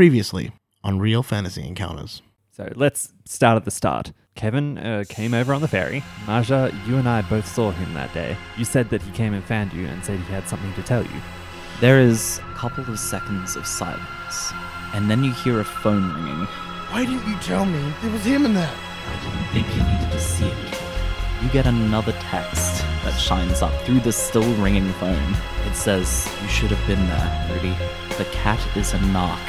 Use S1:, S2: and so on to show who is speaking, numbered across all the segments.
S1: Previously on Real Fantasy Encounters.
S2: So let's start at the start. Kevin uh, came over on the ferry. Maja, you and I both saw him that day. You said that he came and found you and said he had something to tell you.
S3: There is a couple of seconds of silence, and then you hear a phone ringing.
S4: Why didn't you tell me it was him in that?
S3: I didn't think you needed to see it. You get another text that shines up through the still ringing phone. It says, You should have been there, Rudy. The cat is a narc.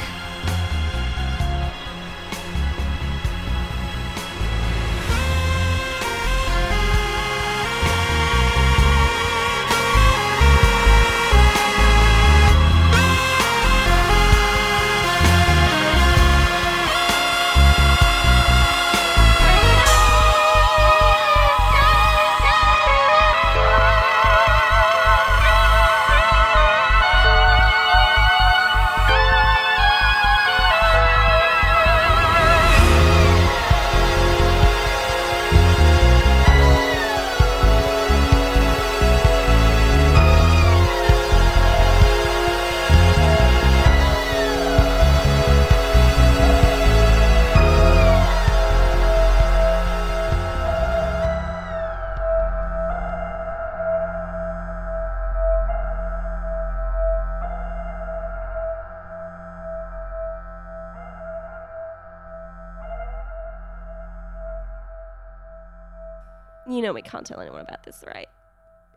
S5: You know we can't tell anyone about this, right?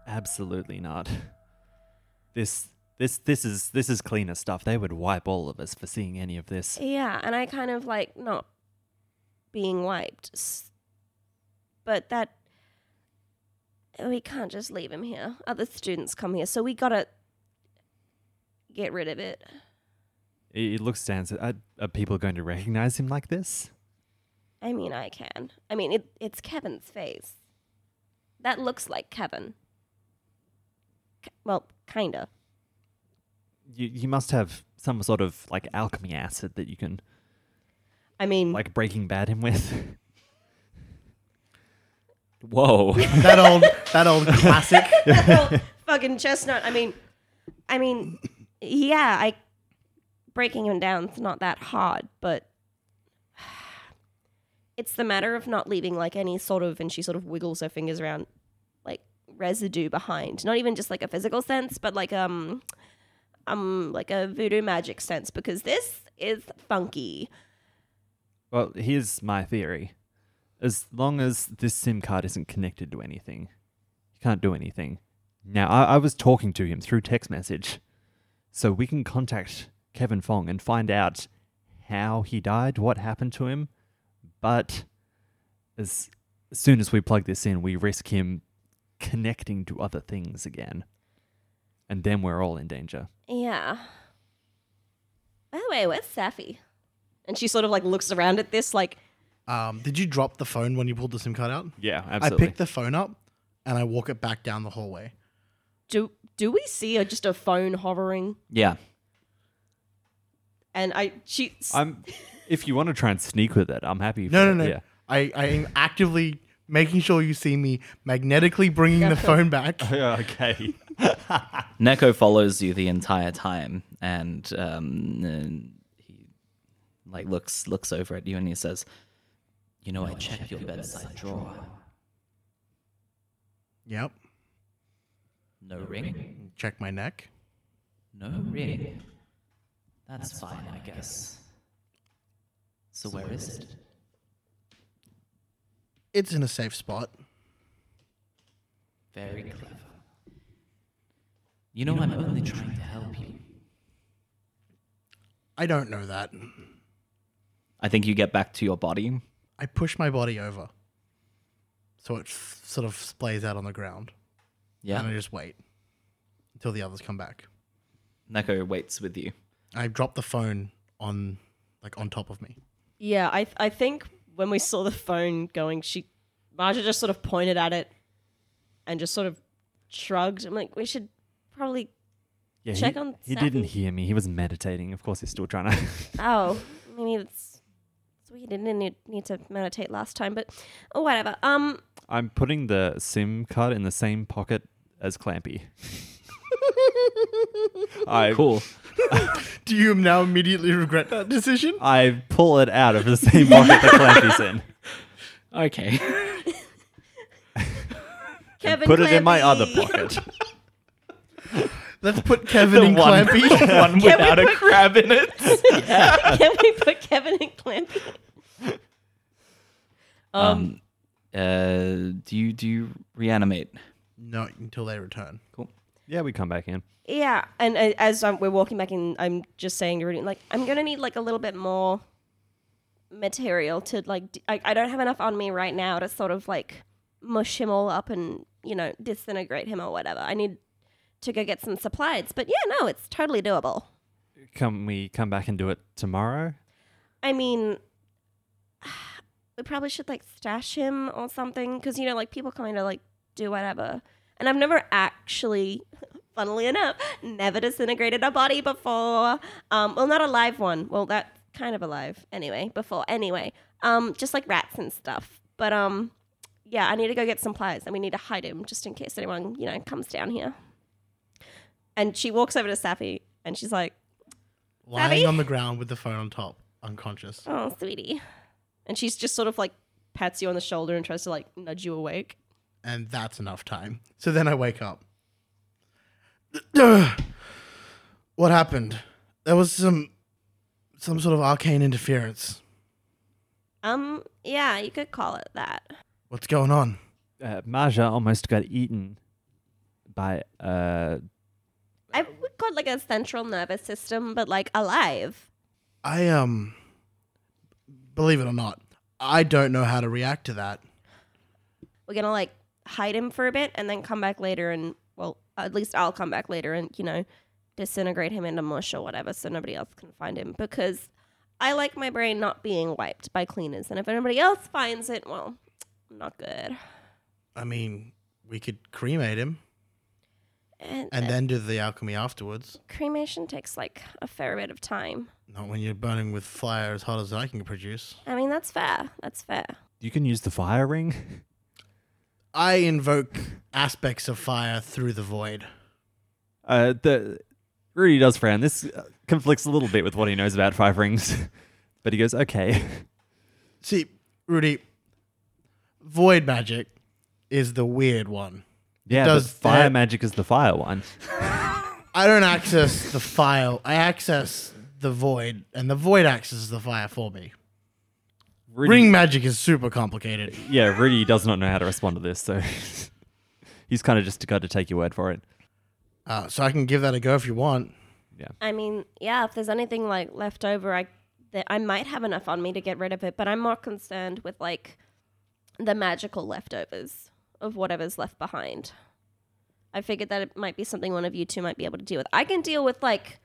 S2: Absolutely not. This this this is this is cleaner stuff. They would wipe all of us for seeing any of this.
S5: Yeah, and I kind of like not being wiped. S- But that we can't just leave him here. Other students come here, so we gotta get rid of it.
S2: It, it looks stands. Are, are people going to recognize him like this?
S5: I mean, I can. I mean, it, it's Kevin's face. That looks like Kevin. K- well, kinda.
S2: You you must have some sort of like alchemy acid that you can
S5: I mean,
S2: like Breaking Bad him with.
S3: Whoa.
S1: That old, that old classic.
S5: Well, fucking chestnut. I mean, I mean, yeah. I breaking him down's not that hard, but it's the matter of not leaving like any sort of. And she sort of wiggles her fingers around, like residue behind. Not even just like a physical sense, but like um, um, like a voodoo magic sense. Because this is funky.
S2: Well, here's my theory. As long as this SIM card isn't connected to anything, you can't do anything. Now, I, I was talking to him through text message, so we can contact Kevin Fong and find out how he died, what happened to him. But as, as soon as we plug this in, we risk him connecting to other things again. And then we're all in danger.
S5: Yeah. By the way, where's Safi? And she sort of like looks around at this like
S1: Um, did you drop the phone when you pulled the SIM card out?
S2: Yeah,
S1: I pick the phone up and I walk it back down the hallway.
S5: do do we see a, just a phone hovering?
S3: yeah.
S5: And I she s-
S2: I'm, if you want to try and sneak with it, I'm happy.
S1: No, no,
S2: for
S1: no.
S2: it, Yeah.
S1: I, I am actively making sure you see me magnetically bringing the phone back.
S2: Yeah, okay.
S3: Neko follows you the entire time, and um, and he like looks looks over at you and he says, "You know, I checked your bedside drawer.
S1: Yep.
S3: No ring.
S1: Check my neck.
S3: No ring. That's fine, I guess. So where is it?
S1: It's in a safe spot.
S3: Very clever. You know, I'm only trying to help you."
S1: I don't know that.
S3: I think you get back to your body.
S1: I push my body over. So it f- sort of splays out on the ground. And I
S3: Yeah.
S1: just wait until the others come back.
S3: Neko waits with you.
S1: I drop the phone on like on top of me.
S5: yeah, I I think when we saw the phone going, she Marja just sort of pointed at it and just sort of shrugged. I'm like, we should probably
S2: Yeah,
S5: Check
S2: he,
S5: on
S2: He
S5: Sappy.
S2: didn't hear me. He was meditating. Of course, he's still trying to.
S5: oh maybe that's so we didn't need, need to meditate last time, but oh, whatever. Um,
S2: I'm putting the SIM card in the same pocket as Clampy. I
S3: Cool.
S1: Do you now immediately regret that decision?
S2: I pull it out of the same pocket the clamp is in.
S3: Okay.
S5: Kevin
S2: Put it in my other
S5: Clampy.
S2: pocket.
S1: Let's put Kevin and
S3: one-
S1: Clampy.
S3: One without a crab in it.
S5: Can we put Kevin and Clampy? Um,
S3: Uh, do you do you reanimate?
S1: no, until they return.
S2: Yeah, we come back in.
S5: yeah, and uh, as um, we're walking back in, I'm just saying to Rudy, like, I'm gonna need like a little bit more material to like. D- I, I don't have enough on me right now to sort of like mush him all up and you know disintegrate him or whatever. I need to go get some supplies, but yeah, no, it's totally doable.
S2: Can we come back and do it tomorrow?
S5: I mean, we probably should like stash him or something because you know, like people come in to like do whatever. And I've never actually, funnily enough, never disintegrated a body before. Um, well, not a live one. Well, that kind of alive anyway. Before anyway, um, just like rats and stuff. But um, yeah, I need to go get some pliers and we need to hide him just in case anyone you know comes down here. And she walks over to Sappy and she's like,
S1: Lying
S5: Abby?
S1: on the ground with the phone on top, unconscious.
S5: oh sweetie and she's just sort of like pats you on the shoulder and tries to like nudge you awake
S1: And that's enough time. So then I wake up. Ugh. What happened? There was some some sort of arcane interference.
S5: um yeah you could call it that
S1: What's going on?
S2: Uh, Maja almost got eaten by uh
S5: i would call it like a central nervous system but like alive
S1: I um believe it or not, I don't know how to react to that.
S5: we're gonna like hide him for a bit and then come back later and well at least i'll come back later and you know disintegrate him into mush or whatever so nobody else can find him because i like my brain not being wiped by cleaners and if anybody else finds it well not good
S1: I mean, we could cremate him
S5: and,
S1: and then do the alchemy afterwards.
S5: cremation takes like a fair bit of time
S1: Not when you're burning with fire as hot as I can produce.
S5: I mean, that's fair. That's fair.
S2: you can use the fire ring.
S1: I invoke aspects of fire through the void.
S2: Uh the Rudy does frown. This uh, conflicts a little bit with what he knows about five rings. but he goes, "Okay."
S1: See, Rudy, void magic is the weird one.
S2: yeah,
S1: Does
S2: does fire
S1: that-
S2: magic is the fire one.
S1: I don't access the fire, I access the void, and the void accesses the fire for me.
S2: Rudy,
S1: Ring magic is super complicated.
S2: Yeah, Rudy does not know how to respond to this, so he's kind of just got to take your word for it.
S1: Uh, so I can give that a go if you want.
S5: I mean, yeah. If there's anything like left over, I that I might have enough on me to get rid of it. But I'm more concerned with like the magical leftovers of whatever's left behind. I figured that it might be something one of you two might be able to deal with. I can deal with like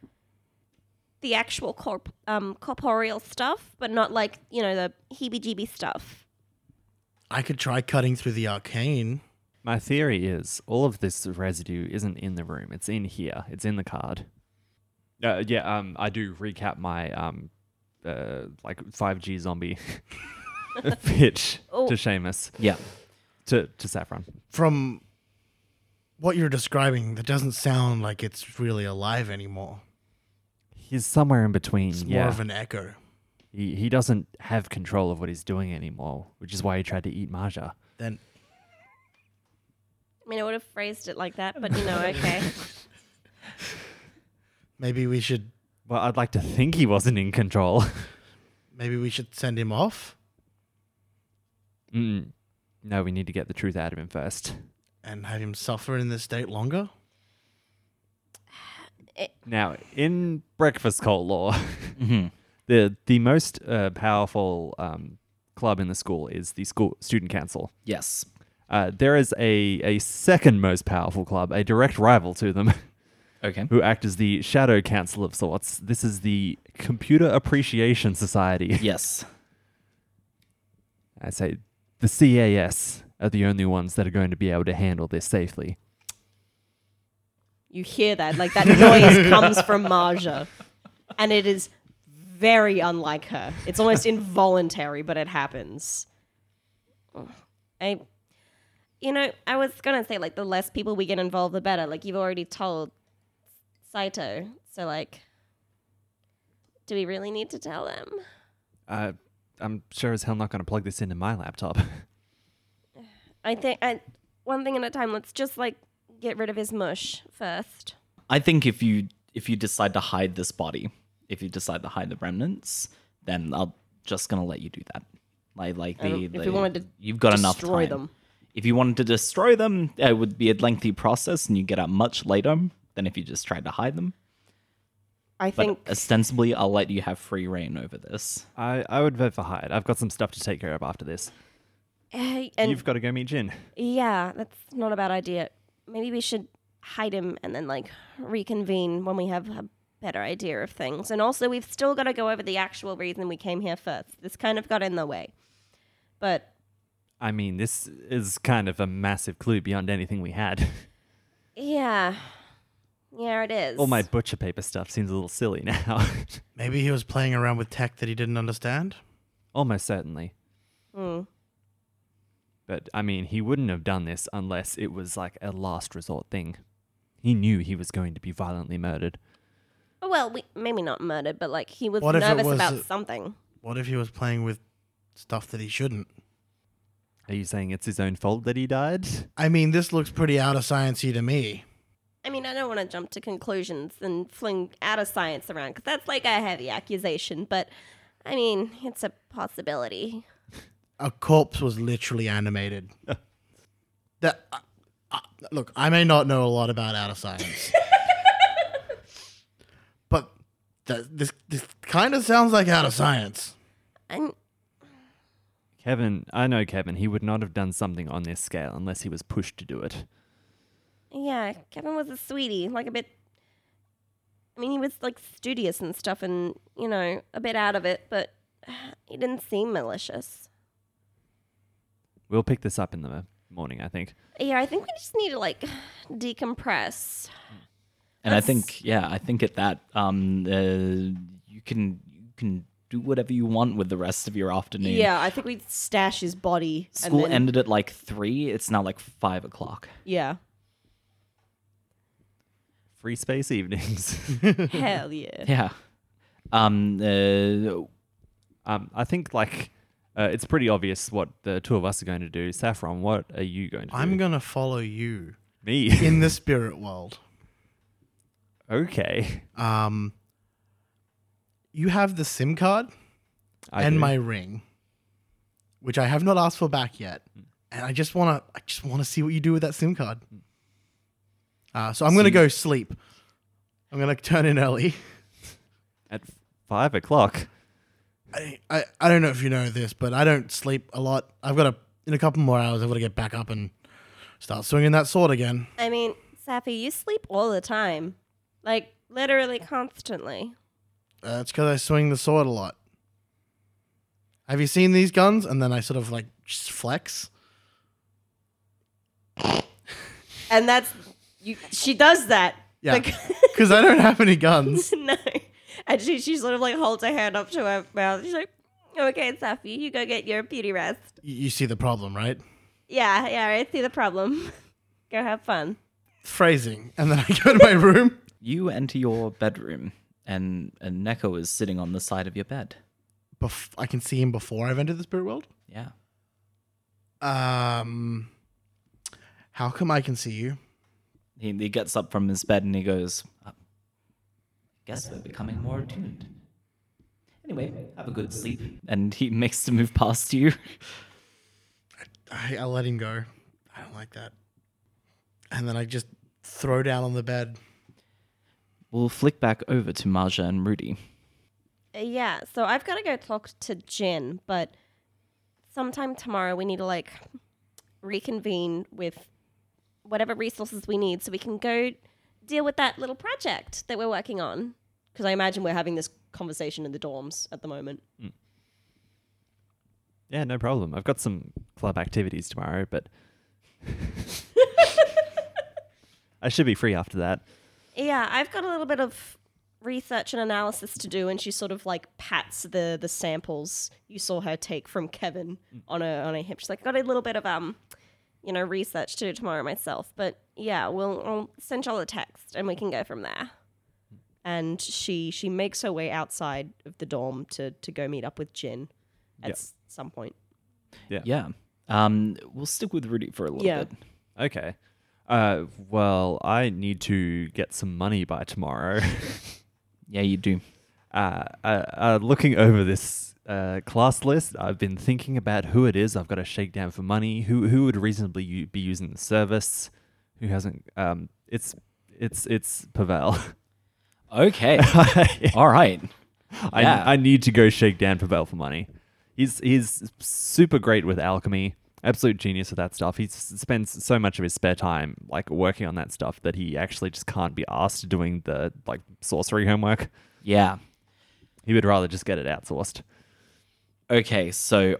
S5: the actual corp um, corporeal stuff, but not like you know the heebie-jeebie stuff.
S1: I could try cutting through the arcane.
S2: My theory is all of this residue isn't in the room. It's in here. It's in the card. Uh, yeah, um, I do recap my um, uh, like five G zombie pitch
S5: Oh.
S2: to Seamus
S3: Yeah.
S2: to to Saffron.
S1: From what you're describing, that doesn't sound like it's really alive anymore.
S2: He's somewhere in between.
S1: It's
S2: yeah,
S1: more of an echo.
S2: he he doesn't have control of what he's doing anymore, which is why he tried to eat Maja.
S1: Then
S5: I mean, I would have phrased it like that, but you know, okay.
S1: maybe we should
S2: Well, I'd like to think he wasn't in control.
S1: maybe we should send him off
S2: Mm. No, we need to get the truth out of him first.
S1: and have him suffer in this state longer.
S2: Now, in Breakfast Cult law,
S3: Mhm.
S2: the the most uh, powerful um, club in the school is the school student council.
S3: Yes.
S2: Uh, there is a a second most powerful club, a direct rival to them,
S3: Okay.
S2: who act as the shadow council of sorts. This is the Computer Appreciation Society.
S3: Yes.
S2: I say the CAS are the only ones that are going to be able to handle this safely.
S5: You hear that, like that noise comes from Marja. And it is very unlike her. It's almost involuntary, but it happens. I you know, I was gonna say like the less people we get involved the better. Like you've already told Saito. So like Do we really need to tell them?
S2: Uh, I'm sure as hell not going to plug this into my laptop.
S5: I think I, one thing at a time. Let's just like get rid of his mush first.
S3: I think if you if you decide to hide this body, if you decide to hide the remnants, then I'm just gonna let you do that. Like like
S5: I don't-
S3: the,
S5: if we
S3: the-
S5: wanted to
S3: you've got enough
S5: destroy
S3: time.
S5: them.
S3: If you wanted to destroy them, it would be a lengthy process, and you get out much later than if you just tried to hide them.
S5: I
S3: But
S5: think
S3: ostensibly, I'll let you have free reign over this.
S2: I, I would vote for Hyde. I've got some stuff to take care of after this.
S5: eh, and
S2: You've got to go meet Jin.
S5: yeah, that's not a bad idea. Maybe we should hide him and then like reconvene when we have a better idea of things. And also, we've still got to go over the actual reason we came here first. This kind of got in the way, but
S2: I mean, this is kind of a massive clue beyond anything we had.
S5: yeah, yeah, it is.
S2: All my butcher paper stuff seems a little silly now.
S1: Maybe he was playing around with tech that he didn't understand.
S2: Almost certainly.
S5: Hmm.
S2: But I mean, he wouldn't have done this unless it was like a last resort thing. He knew he was going to be violently murdered.
S5: Oh, Well, we, maybe not murdered, but like he was
S1: What if it
S5: nervous
S1: was
S5: about
S1: a-
S5: something.
S1: What if he was playing with stuff that he shouldn't?
S2: Are you saying it's his own fault that he died?
S1: I mean, this looks pretty out of sciencey to me.
S5: I mean, I don't want to jump to conclusions and fling out of science around because that's like a heavy accusation. But I mean, it's a possibility.
S1: A corpse was literally animated. that uh, uh, look, I may not know a lot about outer science, but th- this this kind of sounds like outer science.
S5: And
S2: Kevin, I know Kevin, he would not have done something on this scale unless he was pushed to do it.
S5: yeah, Kevin was a sweetie, like a bit. I mean, he was like studious and stuff, and you know, a bit out of it, but he didn't seem malicious.
S2: We'll pick this up in the morning, I think.
S5: Yeah, I think we just need to like decompress.
S3: And I
S5: That's-
S3: think, yeah, I think at that, um, uh, you can you can do whatever you want with the rest of your afternoon.
S5: I think we stash his body.
S3: School ended at like three. It's now like five o'clock.
S5: Yeah.
S2: Free space evenings.
S5: Hell yeah.
S3: Yeah. Um. Uh,
S2: um, I think, like, uh, it's pretty obvious what the two of us are going to do. Saffron, what are you going to do?
S1: I'm gonna follow you
S2: Me.
S1: in the spirit world.
S2: okay.
S1: Um, you have the SIM card
S2: I
S1: and
S2: do.
S1: my ring, which I have not asked for back yet,
S2: Hmm.
S1: and I just wanna, I just wanna see what you do with that SIM card. Uh, so I'm gonna go sleep. I'm gonna turn in early.
S2: At f- five o'clock.
S1: I, I, I don't know if you know this, but I don't sleep a lot. I've got to in a couple more hours. I've got to get back up and start swinging that sword again.
S5: I mean, Safi, you sleep all the time. Like, literally constantly.
S1: Uh, it's because I swing the sword a lot. Have you seen these guns? And then I sort of like just flex.
S5: And that's. you. She does that.
S1: Yeah,
S5: Bec-
S1: because I don't have any guns.
S5: no. And she, she sort of like holds her hand up to her mouth. She's like, okay, Safi, you go get your beauty rest.
S1: You, you see the problem, right?
S5: Yeah, yeah, I see the problem. go have fun.
S1: Phrasing. And then I go to my room.
S3: you enter your bedroom, and and Neko is sitting on the side of your bed.
S1: Bef- I can see him before I've entered the spirit world.
S3: Yeah.
S1: Um, how come I can see you?
S3: He he gets up from his bed and he goes. "Uh, I guess we're becoming more attuned. Anyway, have a good sleep. And he makes to move past you.
S1: I, I let him go. I don't like that. And then I just throw down on the bed.
S3: We'll flick back over to Marja and Rudy.
S5: Uh, Yeah, so I've got to go talk to Jin, but sometime tomorrow we need to like reconvene with whatever resources we need so we can go deal with that little project that we're working on. Because I imagine we're having this conversation in the dorms at the moment.
S2: Yeah, no problem. I've got some club activities tomorrow, but I should be free after that.
S5: Yeah, I've got a little bit of research and analysis to do, and she sort of like pats the the samples you saw her take from Kevin on a on a hip. She's like, got a little bit of um, you know, research to do tomorrow myself. But yeah, we'll I'll send y'all a text, and we can go from there. and she she makes her way outside of the dorm to to go meet up with Jin at
S2: Yeah.
S5: s- some point.
S3: Yeah. Um, we'll stick with Rudy for a little
S5: Yeah.
S3: bit.
S2: Okay. Uh, well, I need to get some money by tomorrow.
S3: Yeah, you do.
S2: uh, uh, uh, looking over this uh, class list, I've been thinking about who it is I've got to shake down for money. Who who would reasonably u- be using the service? Who hasn't? Um, it's it's it's Pavel.
S3: Okay.
S2: I,
S3: All right. Yeah.
S2: I need to go shake down Pavel for money. He's he's super great with alchemy. Absolute genius with that stuff. He s- spends so much of his spare time like working on that stuff that he actually just can't be asked doing the like sorcery homework.
S3: Yeah.
S2: He would rather just get it outsourced.
S3: Okay, so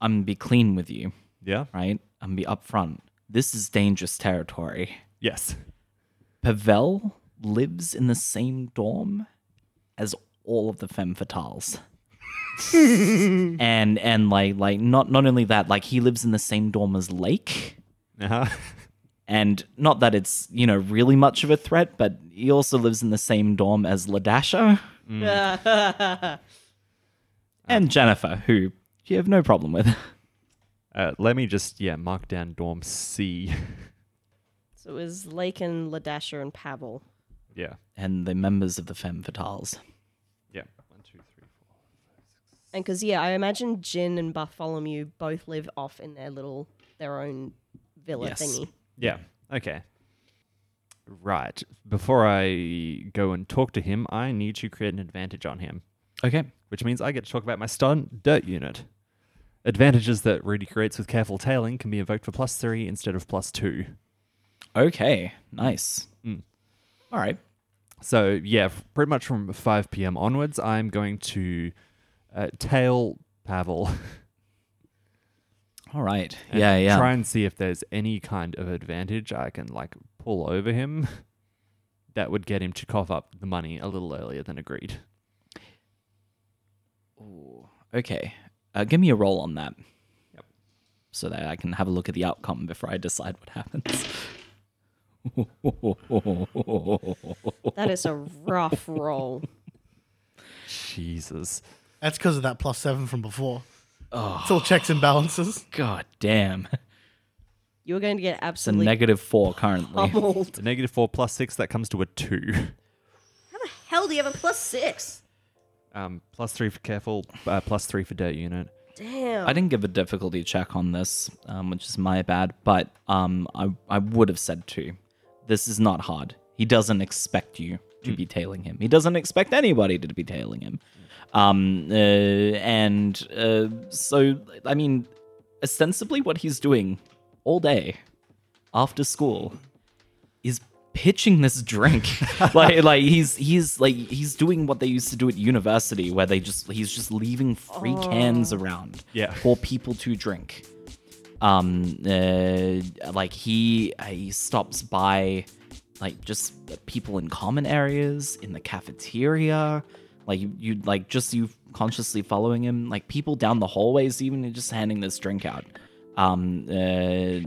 S3: I'm gonna be clean with you,
S2: Yeah.
S3: right? I'm gonna be upfront. This is dangerous territory.
S2: Yes.
S3: Pavel lives in the same dorm as all of the femme fatales. and and like like not not only that, like he lives in the same dorm as Lake.
S2: Uh-huh.
S3: And not that it's, you know, really much of a threat, but he also lives in the same dorm as Ladasha and Jennifer, who you have no problem with.
S2: Uh, let me just yeah mark down dorm C.
S5: So it was Lake and Ladasha and Pavel.
S2: yeah.
S3: And the members of the femme fatales.
S2: Yeah. One, two, three, four.
S5: And because yeah, I imagine Jin and Bartholomew both live off in their little their own villa
S3: Yes.
S5: thingy.
S2: Yeah. Okay. Right. Before I go and talk to him, I need to create an advantage on him,
S3: Okay.
S2: which means I get to talk about my stunt dirt unit. Advantages that Rudy creates with careful tailing can be invoked for plus three instead of plus two.
S3: Okay. Nice.
S2: Hmm.
S3: All right.
S2: So yeah, f- pretty much from 5 p.m. onwards, I'm going to uh, tail Pavel.
S3: All right.
S2: and
S3: yeah, yeah.
S2: Try and see if there's any kind of advantage I can like pull over him that would get him to cough up the money a little earlier than agreed.
S3: okay. Uh, give me a roll on that. Yep. So that I can have a look at the outcome before I decide what happens.
S5: That is a rough roll.
S2: Jesus.
S1: That's because of that plus seven from before. It's all checks and balances.
S3: God damn.
S5: You're going to get
S3: It's a
S5: absolutely
S3: negative four currently.
S5: pummeled.
S2: The negative four plus six that comes to a two.
S5: Hell, do you have a plus six?
S2: Um, plus three for careful. Uh, plus three for dirt unit.
S5: Damn.
S3: I didn't give a difficulty check on this, um, which is my bad, but um, I, I would have said two. This is not hard. He doesn't expect you
S2: Hmm.
S3: to be tailing him. He doesn't expect anybody to be tailing him. Um, uh, and uh, so, I mean, ostensibly what he's doing all day after school is pitching this drink like like he's he's like he's doing what they used to do at university where they just he's just leaving free cans around
S2: Yeah.
S3: for people to drink um uh, like he uh, he stops by like just people in common areas in the cafeteria like you, you like just you consciously following him like people down the hallways even and just handing this drink out um uh,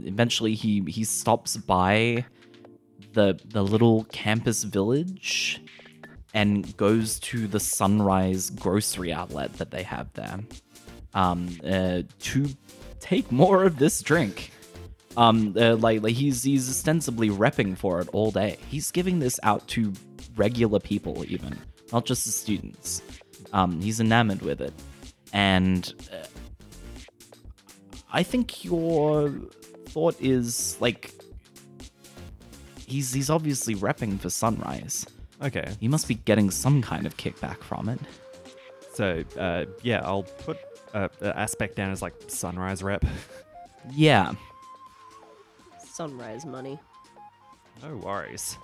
S3: eventually he he stops by the the little campus village and goes to the sunrise grocery outlet that they have there um, uh, to take more of this drink. Um, uh, like, like he's he's ostensibly repping for it all day. He's giving this out to regular people, even not just the students. Um, he's enamored with it, and uh, I think your thought is like he's he's obviously repping for Sunrise.
S2: Okay.
S3: He must be getting some kind of kickback from it.
S2: So uh, yeah, I'll put uh, uh, aspect down as like sunrise rep.
S3: Yeah.
S5: Sunrise money.
S2: No worries.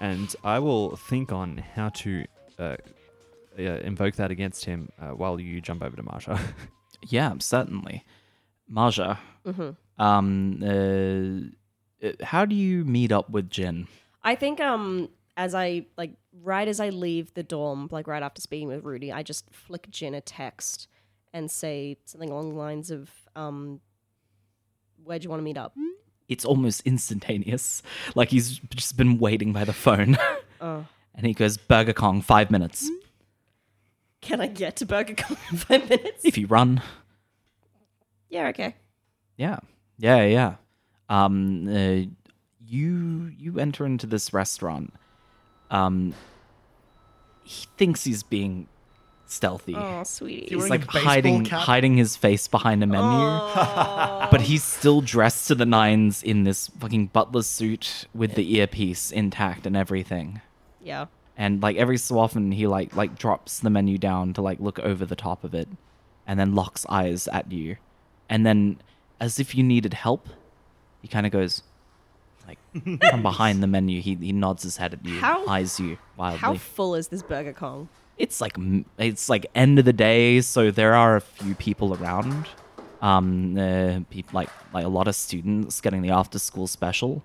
S2: And I will think on how to uh, uh, invoke that against him uh, while you jump over to Marsha.
S3: Yeah, certainly. Maja,
S5: Mm-hmm.
S3: um, uh, uh, how do you meet up with Jin?
S5: I think um as I like right as I leave the dorm, like right after speaking with Rudy, I just flick Jin a text and say something along the lines of um where do you want to meet up?
S3: It's almost instantaneous. Like he's just been waiting by the phone.
S5: Oh.
S3: And he goes, Burger Kong, five minutes.
S5: Can I get to Burger Kong in five minutes?
S3: If you run.
S5: Yeah, okay.
S3: Yeah, yeah, yeah. Um, uh, you you enter into this restaurant. Um, he thinks he's being stealthy.
S5: Oh, sweetie.
S1: You're wearing
S3: He's like
S1: a baseball
S3: hiding
S1: cap?
S3: hiding his face behind a menu, but he's still dressed to the nines in this fucking butler suit with the earpiece intact and everything.
S5: Yeah.
S3: And like every so often, he like like drops the menu down to like look over the top of it, and then locks eyes at you, and then as if you needed help, he kind of goes like from behind the menu. He he nods his head at you,
S5: How-
S3: eyes you wildly.
S5: How full is this Burger Kong?
S3: it's like m- it's like end of the day, so there are a few people around. Um, uh, peop like like a lot of students getting the after school special.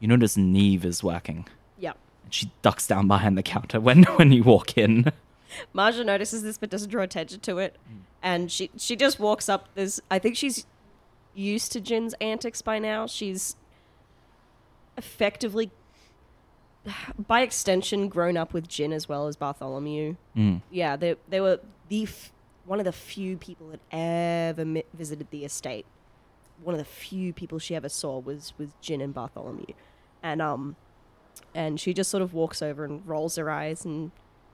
S3: You notice Neve is working.
S5: Yeah.
S3: And she ducks down behind the counter when when you walk in.
S5: Marja notices this but doesn't draw attention to it. And she she just walks up. There's I think she's used to Jin's antics by now. She's effectively by extension grown up with Jin as well as Bartholomew. Yeah, they they were the f- one of the few people that ever mi- visited the estate. One of the few people she ever saw was was Jin and Bartholomew. And um and she just sort of walks over and rolls her eyes and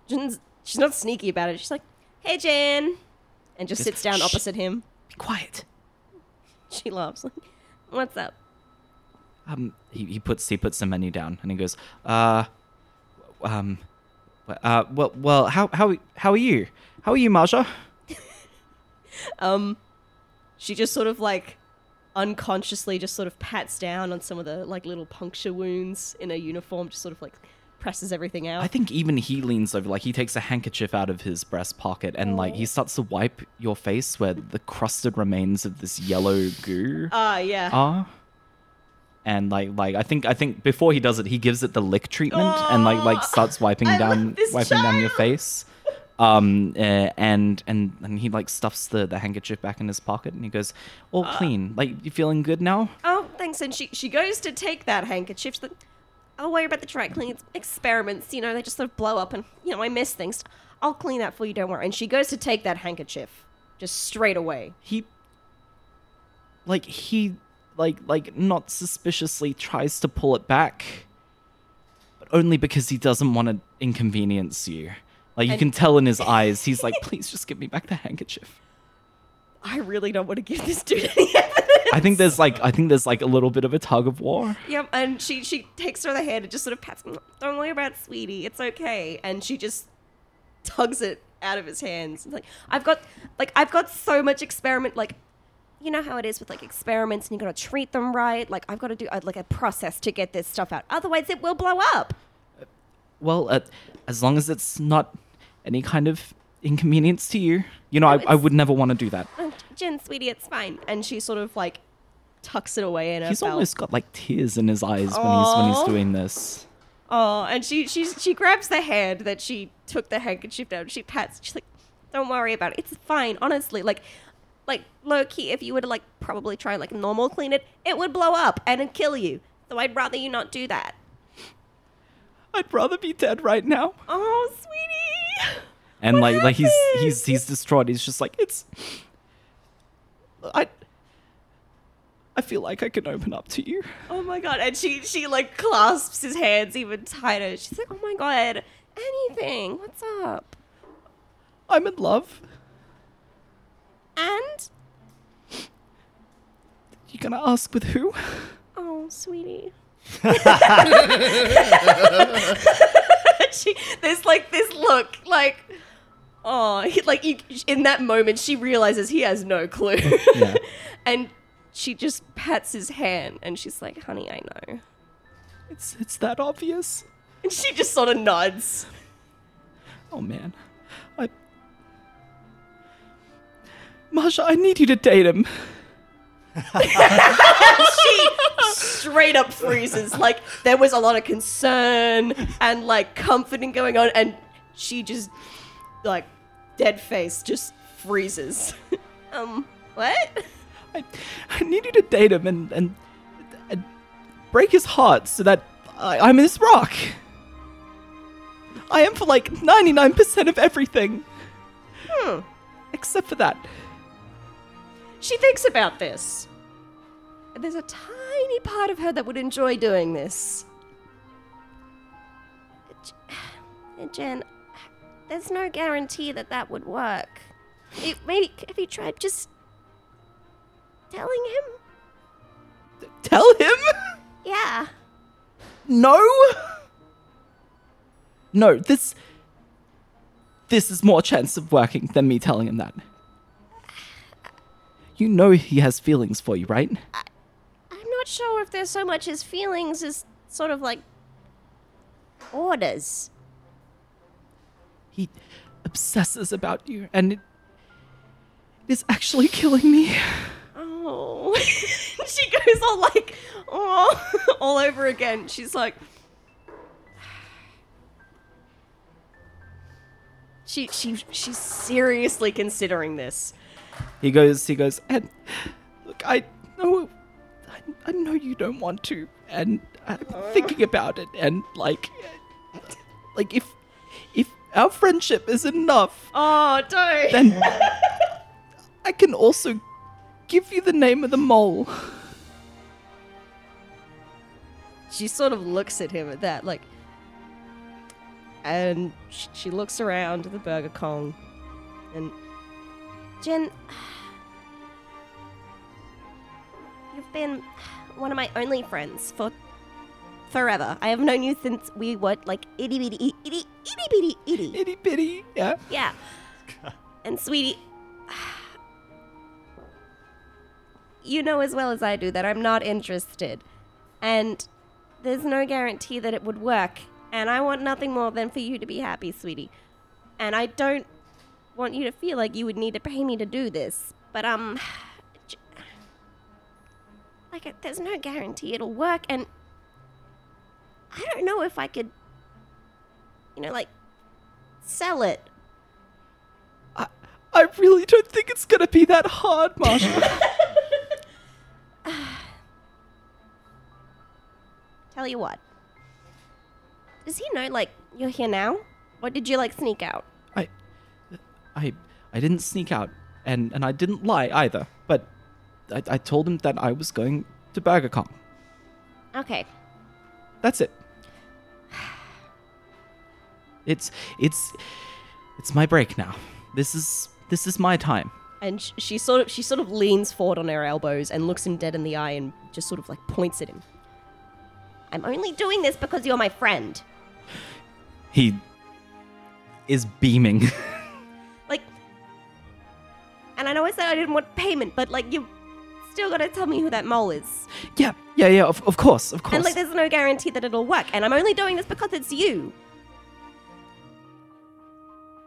S5: Jin's, she's not sneaky about it. She's like, "Hey, Jin," and just
S3: Just,
S5: sits down
S3: "Shh."
S5: opposite him.
S3: Be quiet.
S5: She laughs. Like, What's up?
S3: Um, he, he puts he puts the menu down and he goes, uh, um, uh, well, well, how how how are you? How are you, Marsha?
S5: Um, she just sort of like unconsciously just sort of pats down on some of the like little puncture wounds in her uniform. Just sort of like presses everything out.
S3: I think even he leans over, like he takes a handkerchief out of his breast pocket and like he starts to wipe your face where the crusted remains of this yellow goo
S5: Ah, yeah.
S3: are. And like, like I think, I think before he does it, he gives it the lick treatment and like, like starts wiping
S5: I love
S3: down,
S5: this
S3: wiping down your
S5: child.
S3: face. Um, uh, and and and he like stuffs the the handkerchief back in his pocket and he goes, all
S5: Uh.
S3: clean. Like you feeling good now?
S5: oh, thanks. And she she goes to take that handkerchief. She's like, I'll worry about the dry cleaning It's experiments. You know, they just sort of blow up, and you know, I miss things. I'll clean that for you. Don't worry. And she goes to take that handkerchief just straight away.
S3: he like he like like not suspiciously tries to pull it back but only because he doesn't want to inconvenience you like you
S5: And-
S3: can tell in his eyes he's like please just give me back the handkerchief
S5: I really don't want to give this dude any evidence.
S3: i think there's like i think there's like a little bit of a tug of war
S5: Yep, and she she takes her the hand and just sort of pats. him. Don't worry about it, sweetie. It's okay. And she just tugs it out of his hands. It's like I've got like I've got so much experiment. Like you know how it is with like experiments, and you gotta treat them right. Like I've got to do uh, like a process to get this stuff out. Otherwise, it will blow up.
S3: well uh, as long as it's not any kind of inconvenience to you you know I, I
S5: it's-
S3: would never want to do that
S5: Oh, Jen, sweetie, it's fine. And she sort of like tucks it away in her
S3: he's
S5: belt.
S3: almost got like tears in his eyes when he's when he's
S5: Aw.
S3: doing this
S5: Oh, and she she's she grabs the hand that she took the handkerchief down. She pats. She's like, "Don't worry about it. It's fine. Honestly, like, like low key, if you were to like probably try and like normal clean it, it would blow up and it'd kill you. So I'd rather you not do that."
S3: i'd rather be dead right now
S5: Oh, sweetie.
S3: and
S5: What
S3: like like he's
S5: happened?
S3: he's he's distraught. He's just like it's. I. I feel like I can open up to you.
S5: Oh my god. And she she like clasps his hands even tighter. She's like, "Oh my god, anything. What's up?"
S3: I'm in love.
S5: And
S3: You gonna ask with who?
S5: Oh, sweetie. she, there's like this look, like, oh, he, like you, in that moment, she realizes he has no clue,
S3: Yeah.
S5: and she just pats his hand, and she's like, "Honey, I know,"
S3: It's it's that obvious.
S5: and she just sort of nods.
S3: Oh man, I. Marsha, I need you to date him.
S5: she straight up freezes. Like there was a lot of concern and like comforting going on, and she just like dead face just freezes. um, what?
S3: I, I need you to date him and and, and break his heart so that I, I'm his rock. I am for like 99% of everything.
S5: Hmm.
S3: Except for that.
S5: She thinks about this. And there's a tiny part of her that would enjoy doing this. Jen, there's no guarantee that that would work. It, maybe have you tried just telling him?
S3: Tell him?
S5: Yeah.
S3: No? No, this. This is more chance of working than me telling him that. You know he has feelings for you, right?
S5: I'm not sure if there's so much as feelings as sort of like orders.
S3: He obsesses about you, and it is actually killing me.
S5: Oh. she goes all like, oh, all over again. She's like, she she she's seriously considering this.
S3: He goes, he goes, and look, I know, I, I know you don't want to, and I'm thinking about it, and like, like if, if our friendship is enough,
S5: Oh, don't.
S3: then I can also give you the name of the mole.
S5: she sort of looks at him at that, like, and sh- she looks around at the Burger Kong, and Jen, you've been one of my only friends for forever. I have known you since we were like itty bitty itty itty bitty itty.
S3: Itty bitty, yeah.
S5: Yeah. And sweetie, you know as well as I do that I'm not interested. And there's no guarantee that it would work. And I want nothing more than for you to be happy, sweetie. And I don't want you to feel like you would need to pay me to do this. But, um, j- like, there's no guarantee it'll work. And I don't know if I could, you know, like, sell it
S3: I, I really don't think it's gonna be that hard, Marsha.
S5: Tell you what. Does he know, like, you're here now? Or did you, like, sneak out?
S3: I, I, I didn't sneak out, and and I didn't lie either. But I, I told him that I was going to Burger Kong.
S5: Okay.
S3: That's it. It's it's it's my break now. This is this is my time.
S5: And sh- she sort of she sort of leans forward on her elbows and looks him dead in the eye and just sort of like points at him. I'm only doing this because you're my friend.
S3: He is beaming.
S5: Like And I know I said I didn't want payment, but like you still gotta tell me who that mole is.
S3: yeah, yeah, yeah. Of, of course, of course.
S5: And like there's no guarantee that it'll work, and I'm only doing this because it's you.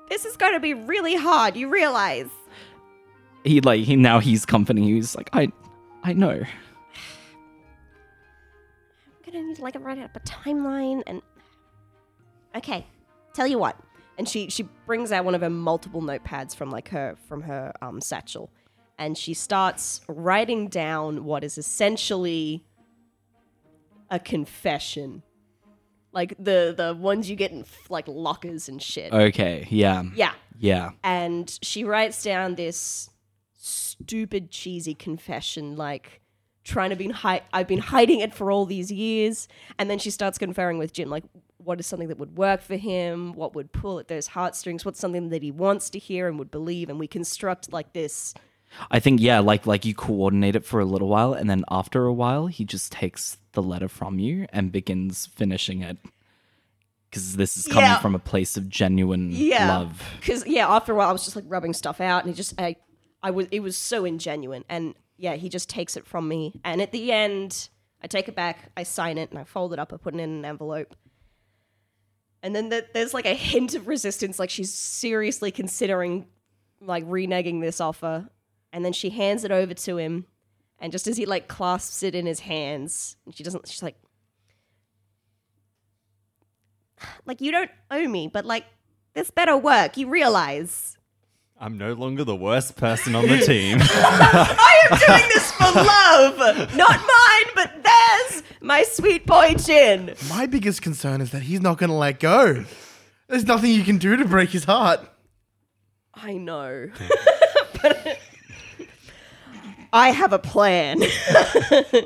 S5: This is gonna be really hard, you realize.
S3: he like he now he's comforting you. He's like I, I know.
S5: I'm gonna need to like write up a timeline and okay tell you what and she she brings out one of her multiple notepads from like her from her um, satchel and she starts writing down what is essentially a confession like the the ones you get in like lockers and shit
S3: Okay, Oh, yeah,
S5: yeah
S3: yeah.
S5: and she writes down this stupid cheesy confession like trying to be hi- I've been hiding it for all these years and then she starts conferring with Jim like what is something that would work for him what would pull at those heartstrings what's something that he wants to hear and would believe and we construct like this
S3: I think yeah, like like you coordinate it for a little while, and then after a while, he just takes the letter from you and begins finishing it. Because this is coming
S5: Yeah.
S3: from a place of genuine
S5: yeah
S3: love.
S5: cuz yeah after a while I was just like rubbing stuff out and he just I I was it was so ingenuine and yeah he just takes it from me and at the end I take it back I sign it and I fold it up I put it in an envelope and then th- there's like a hint of resistance like she's seriously considering like reneging this offer and then she hands it over to him and just as he like clasps it in his hands and she doesn't she's like like you don't owe me but like this better work you realize
S2: I'm no longer the worst person on the team.
S5: i am doing this for love not mine but theirs my sweet boy jin
S1: My biggest concern is that he's not going to let go. There's nothing you can do to break his heart.
S5: I know. But- I have a plan.
S1: I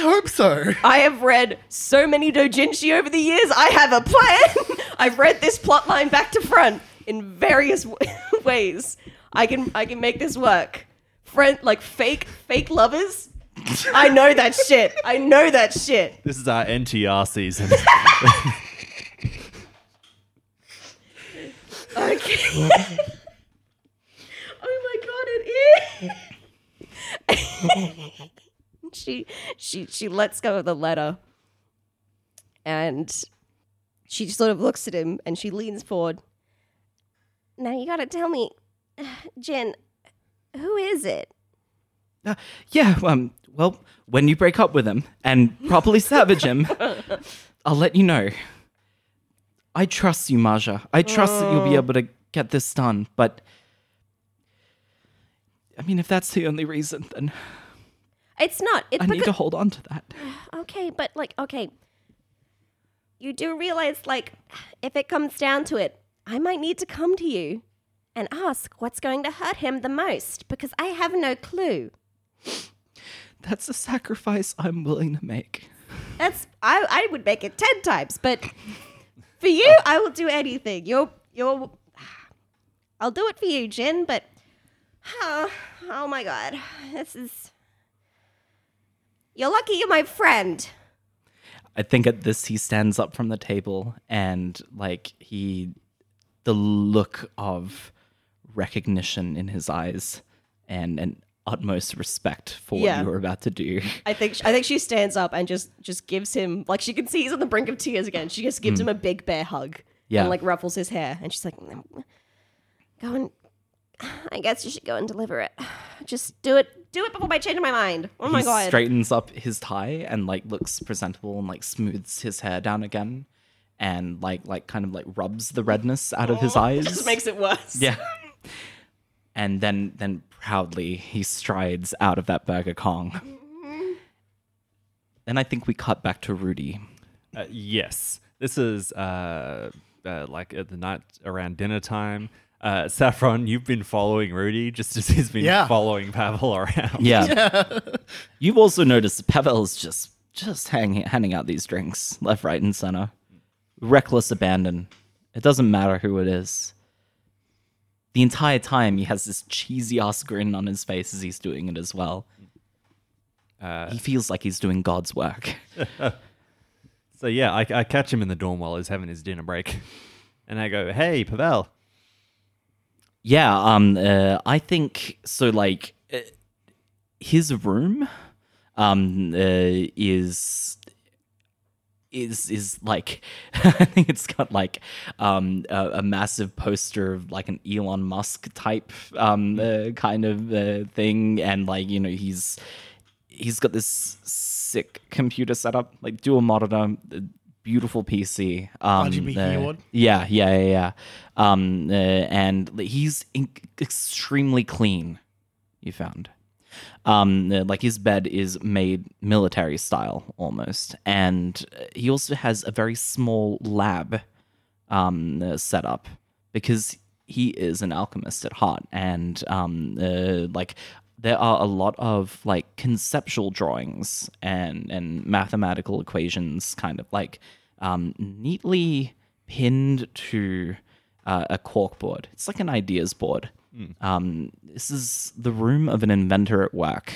S1: hope so.
S5: I have read so many doujinshi over the years. I have a plan. I've read this plot line back to front in various w- ways. I can I can make this work. Friend like fake fake lovers. I know that shit. I know that shit.
S2: This is our NTR season.
S5: Okay. oh my god, it is. she she she lets go of the letter. And she sort of looks at him and she leans forward. Now you gotta tell me, Jen, who is it?
S3: Uh, yeah, um, well, when you break up with him and properly savage him, I'll let you know. I trust you, Maja. I trust that you'll be able to get this done, but. I mean, if that's the only reason, then
S5: It's not. It's
S3: I need
S5: because
S3: to hold on to that.
S5: Okay, but like, okay. You do realize, like, if it comes down to it, I might need to come to you and ask what's going to hurt him the most because I have no clue.
S3: That's a sacrifice I'm willing to make.
S5: That's I, I would make it ten times, but for you, I will do anything. You're you're I'll do it for you, Jin, but oh, oh my god. This is You're lucky you're my friend.
S3: I think at this he stands up from the table and like he the look of recognition in his eyes and an utmost respect for
S5: Yeah.
S3: what you were about to do.
S5: I think I think she stands up and just just gives him like she can see he's on the brink of tears again. She just gives him a big bear hug
S3: Yeah.
S5: and like ruffles his hair and she's like, "Mm, "Go and I guess you should go and deliver it. Just do it, do it before I change my mind." Oh my
S3: he
S5: god!
S3: straightens up his tie and like looks presentable and like smooths his hair down again and like like kind of like rubs the redness out of his eyes.
S5: Oh, Just makes it worse.
S3: Yeah. And then then proudly he strides out of that Burger Kong.
S5: Mm-hmm.
S3: Then I think we cut back to Rudy.
S2: Uh, yes, this is uh, uh, like at the night around dinner time. Uh, Saffron, you've been following Rudy just as he's been
S1: Yeah.
S2: following Pavel around.
S3: Yeah. You've also noticed that Pavel's just just hanging handing out these drinks left, right, and center. Reckless abandon. It doesn't matter who it is. The entire time he has this cheesy ass grin on his face as he's doing it as well. he feels like he's doing God's work.
S2: So yeah, I, I catch him in the dorm while he's having his dinner break, and I go, "Hey, Pavel."
S3: Yeah, um, uh, I think so. Like uh, his room, um, uh, is is is like I think it's got like um a, a massive poster of like an Elon Musk type um uh, kind of uh, thing, and like you know he's he's got this sick computer setup, like dual monitor, uh, beautiful PC. Um,
S1: RGB keyboard?
S3: Yeah, yeah, yeah, yeah. Um, uh, and he's in- extremely clean. You found. Um, uh, like his bed is made military style almost, and uh, he also has a very small lab um, uh, set up because he is an alchemist at heart, and um, uh, like there are a lot of like conceptual drawings and and mathematical equations, kind of like um, neatly pinned to uh, a cork board. It's like an ideas board. Um, this is the room of an inventor at work.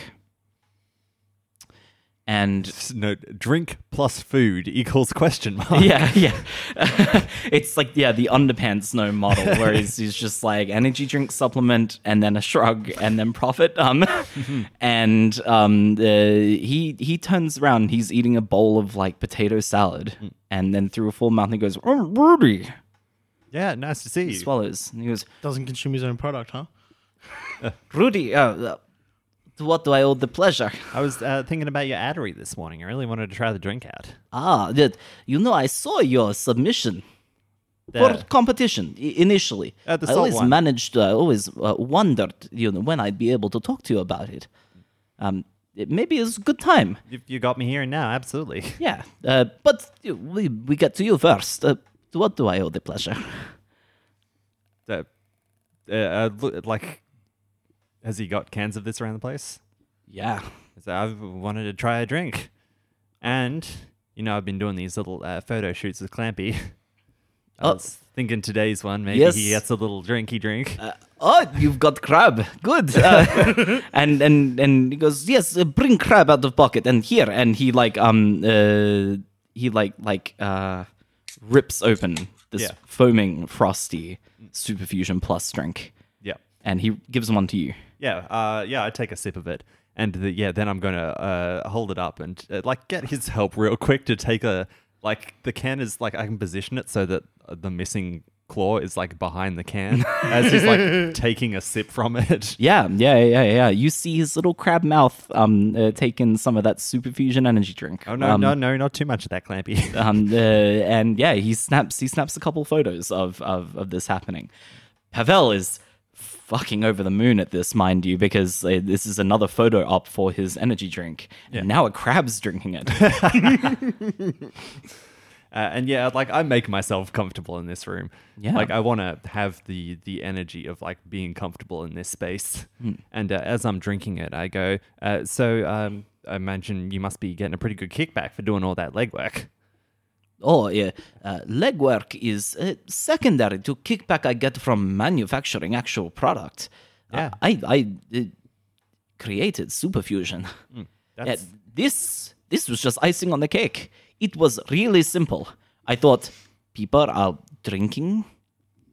S3: And
S2: S- No, drink plus food equals question mark.
S3: yeah, yeah. it's like yeah, the underpants no model, where he's, he's just like energy drink supplement and then a shrug and then profit. Um, and um, uh, he he turns around, he's eating a bowl of like potato salad, and then through a full mouth he goes, "Oh, Rudy,"
S2: Yeah, nice to see you.
S3: he swallows, and he goes,
S1: Doesn't consume his own product, huh?
S3: "Rudy, uh, uh, to what do I owe the pleasure?"
S2: I was uh, thinking about your addery this morning. I really wanted to try the drink out.
S3: Ah, that you know, I saw your submission for
S2: The-
S3: competition i- initially.
S2: Uh, the
S3: I
S2: salt
S3: always
S2: one.
S3: managed. I always uh, wondered, you know, when I'd be able to talk to you about it. Um, it maybe it's a good time.
S2: you, you got me here and now, absolutely.
S3: Yeah, uh, but you- we we get to you first. Uh, To what do I owe the pleasure?
S2: That, uh, uh, lo- like, has he got cans of this around the place?
S3: Yeah.
S2: So I've wanted to try a drink, and you know I've been doing these little uh, photo shoots with Clampy. I
S3: Oh.
S2: was thinking today's one maybe he
S3: Yes.
S2: gets a little drinky drink.
S3: Uh, oh, you've got crab. Good. Uh, and and and he goes, yes, uh, bring crab out of pocket and here. And he like um uh he like like uh rips open this
S2: Yeah.
S3: foaming frosty superfusion plus drink,
S2: yeah,
S3: and he gives one to you.
S2: yeah, uh, yeah. I take a sip of it, and the, yeah, then I'm gonna uh, hold it up and uh, like get his help real quick to take a like the can is like I can position it so that uh, the missing claw is like behind the can as he's like taking a sip from it.
S3: Yeah, yeah, yeah, yeah. You see his little crab mouth um uh, taking some of that superfusion energy drink.
S2: Oh no,
S3: Um,
S2: no, no, not too much of that, Clampy.
S3: um, uh, and yeah, he snaps he snaps a couple photos of, of of this happening. Pavel is fucking over the moon at this, mind you, because uh, this is another photo up for his energy drink, and now a crab's drinking it.
S2: Uh, and yeah, like I make myself comfortable in this room.
S3: Yeah.
S2: Like I want to have the the energy of like being comfortable in this space.
S3: Hmm.
S2: And uh, as I'm drinking it, I go, uh, so um, I imagine you must be getting a pretty good kickback for doing all that legwork.
S3: oh yeah, uh, legwork is uh, secondary to kickback I get from manufacturing actual product.
S2: Yeah.
S3: I I uh, created superfusion. Yeah,
S2: That's
S3: this this was just icing on the cake. It was really simple. I thought people are drinking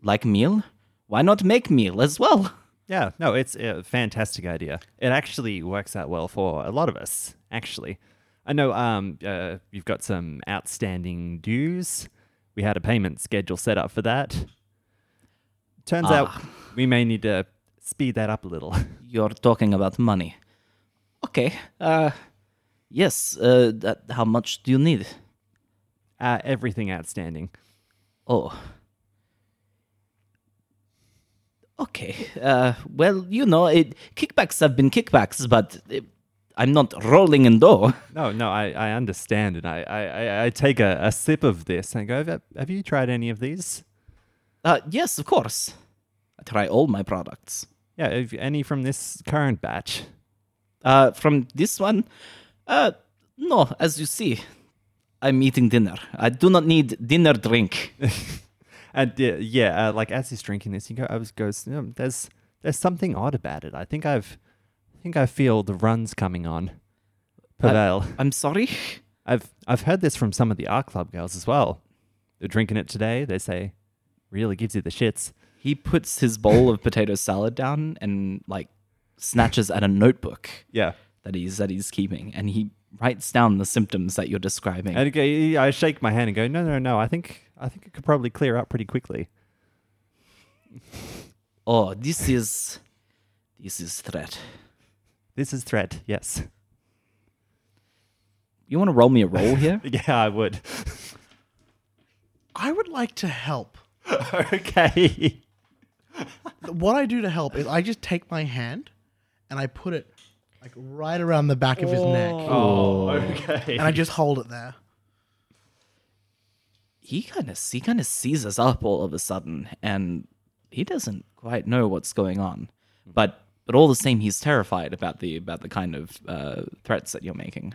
S3: like meal. Why not make meal as well?
S2: yeah, no, it's a fantastic idea. It actually works out well for a lot of us. Actually, I know um, uh, you've got some outstanding dues. We had a payment schedule set up for that. Turns out we may need to speed that up a little.
S3: You're talking about money. Okay. Uh yes, uh that, how much do you need?
S2: Uh, everything outstanding.
S3: Oh. Okay. Uh, well, you know, it, kickbacks have been kickbacks, but uh, I'm not rolling in dough.
S2: No, no, I, I understand, and I, I, I- I take a, a sip of this and go. Have, have you tried any of these?
S3: Uh, yes, of course. I try all my products.
S2: Yeah, have any from this current batch?
S3: Uh, from this one, uh, no, as you see, I'm eating dinner. I do not need dinner drink.
S2: And uh, yeah, uh, like as he's drinking this, he go, I was goes, "Mm, there's there's something odd about it. I think I've, I think I feel the runs coming on. Pavel,
S3: I'm sorry.
S2: I've I've heard this from some of the art club girls as well. They're drinking it today. They say, really gives you the shits.
S3: He puts his bowl of potato salad down and like snatches at a notebook
S2: Yeah.
S3: that he's that he's keeping, and he writes down the symptoms that you're describing.
S2: And okay, I shake my hand and go, no, no, no. I think I think it could probably clear up pretty quickly.
S3: oh, this is this is threat.
S2: This is threat. Yes.
S3: You want to roll me a roll here?
S2: Yeah, I would.
S1: I would like to help.
S2: okay.
S1: What I do to help is I just take my hand and I put it like right around the back of his neck
S2: Oh, okay.
S1: and I just hold it there.
S3: he kind of he kind of seizes up all of a sudden, and he doesn't quite know what's going on, but but all the same, he's terrified about the about the kind of uh, threats that you're making.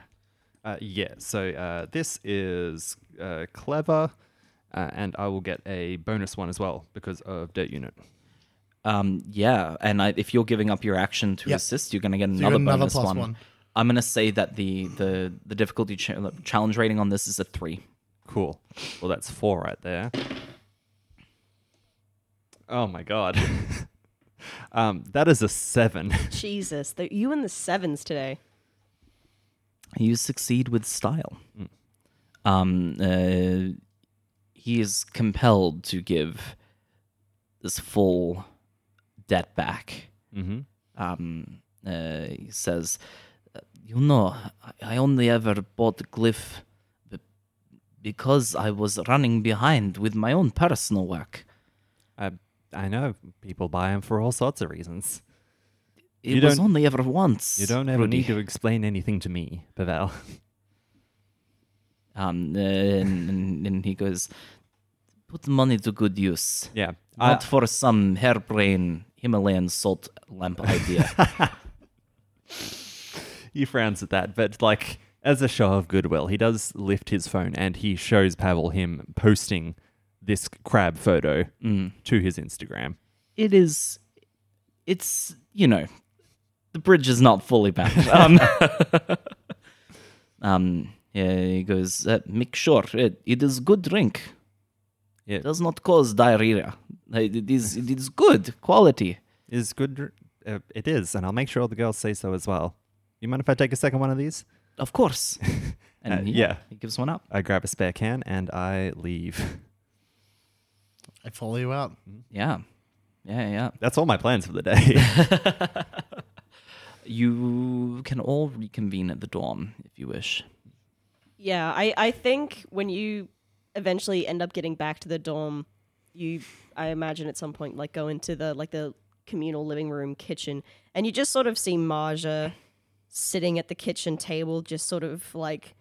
S2: Uh, yeah, so uh, this is uh, clever, uh, and I will get a bonus one as well because of dirt unit.
S3: Um, yeah, and I, if you're giving up your action to
S1: Yep.
S3: assist, you're going to get
S1: you
S3: another,
S1: get another
S3: bonus
S1: plus
S3: one.
S1: one.
S3: I'm going to say that the the the difficulty ch- challenge rating on this is a three.
S2: Cool. Well, that's four right there. Oh my god. um, that is a seven.
S5: Jesus, the, you and the sevens today.
S3: You succeed with style.
S2: Mm.
S3: Um, uh, he is compelled to give this full debt back.
S2: mm-hmm.
S3: Um, uh, he says, "Uh, "You know, I- I only ever bought Glyph b- because I was running behind with my own personal work.
S2: I, I know people buy them for all sorts of reasons.
S3: It
S2: You
S3: was
S2: don't-
S3: only ever once.
S2: You don't ever
S3: Rudy.
S2: need to explain anything to me, Pavel.
S3: Um, uh, and, and, and he goes, Put money to good use.
S2: Yeah. I-
S3: Not for some harebrained Himalayan salt lamp idea.
S2: he frowns at that, but like as a show of goodwill, he does lift his phone and he shows Pavel him posting this crab photo to his Instagram.
S3: it is it's you know the bridge is not fully back um, um yeah, he goes uh, make sure it, it is good drink
S2: Yeah.
S3: it does not cause diarrhea Uh, it is it is good quality
S2: Is good. dr- Uh, it is, and I'll make sure all the girls say so as well. You mind if I take a second one of these?
S3: of course and
S2: Uh,
S3: he,
S2: yeah.
S3: he gives one up
S2: I grab a spare can and I leave.
S1: I follow you out.
S3: yeah yeah yeah
S2: That's all my plans for the day.
S3: you can all reconvene at the dorm if you wish
S5: Yeah, I, I think when you eventually end up getting back to the dorm, you I imagine at some point like go into the like the communal living room kitchen and you just sort of see Marja sitting at the kitchen table, just sort of like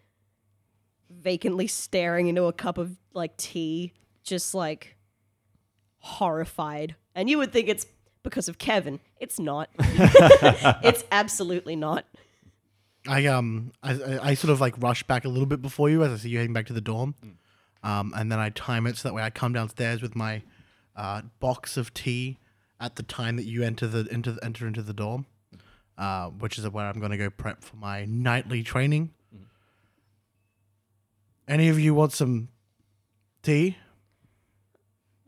S5: vacantly staring into a cup of like tea, just like horrified. And you would think it's because of Kevin. It's not. it's absolutely not.
S1: I um I, I, I sort of like rush back a little bit before you as I see you heading back to the dorm, um and then I time it so that way I come downstairs with my uh, box of tea at the time that you enter the enter enter into the dorm, uh, which is where I'm going to go prep for my nightly training. Any of you want some tea?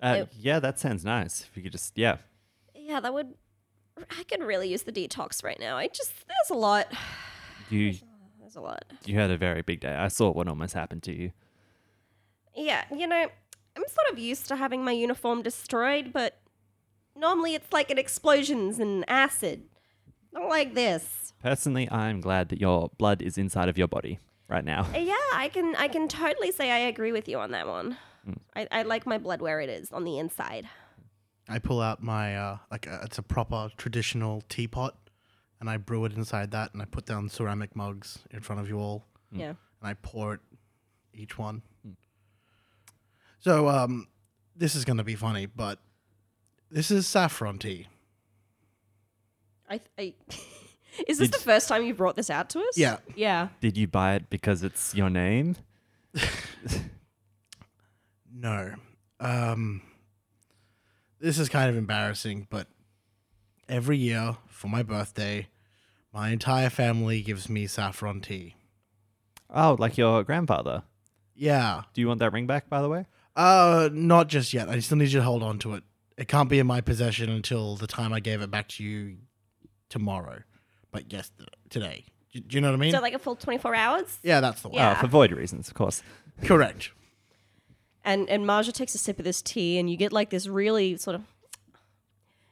S2: Uh, yeah, that sounds nice. If you could just, yeah,
S5: Yeah, that would. I could really use the detox right now. I just there's a lot.
S2: you
S5: There's a lot.
S2: you had a very big day. I saw what almost happened to you.
S5: Yeah, you know, I'm sort of used to having my uniform destroyed, but normally it's like an explosions and acid. Not like this.
S2: Personally, I'm glad that your blood is inside of your body right now.
S5: Uh, Yeah, I can I can totally say I agree with you on that one. I, I like my blood where it is on the inside.
S1: I pull out my uh, like a, it's a proper traditional teapot, and I brew it inside that, and I put down ceramic mugs in front of you all.
S5: Yeah.
S1: and I pour it each one. So um, this is going to be funny, but this is saffron tea.
S5: I, I Is this
S2: Did-
S5: the first time you brought this out to us?
S1: Yeah.
S5: Yeah.
S2: Did you buy it because it's your name?
S1: No, um, this is kind of embarrassing, but every year for my birthday, my entire family gives me saffron tea.
S2: Oh, like your grandfather.
S1: Yeah.
S2: Do you want that ring back, by the way?
S1: Uh, not just yet. I still need you to hold on to it. It can't be in my possession until the time I gave it back to you tomorrow. But yes, today. Do, do you know what I mean?
S5: So like a full 24 hours?
S1: yeah, that's the one.
S5: Yeah.
S2: Oh, for void reasons, of course.
S1: Correct.
S5: and and Marja takes a sip of this tea, and you get like this really sort of,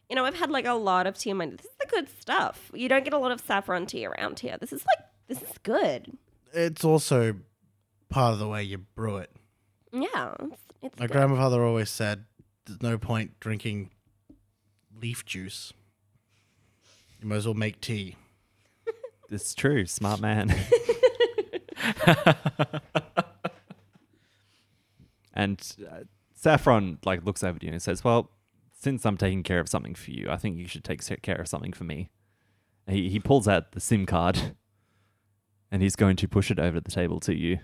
S5: you know, I've had like a lot of tea in my. This is the good stuff. You don't get a lot of saffron tea around here. This is like this is good.
S1: It's also part of the way you brew it.
S5: Yeah, it's, it's
S1: My
S5: good.
S1: grandfather always said, "There's no point drinking leaf juice. You might as well make tea."
S2: It's true. Smart man. and uh, Saffron like looks over to you and says, "Well, since I'm taking care of something for you, I think you should take se- care of something for me." He he pulls out the SIM card, and he's going to push it over the table to you.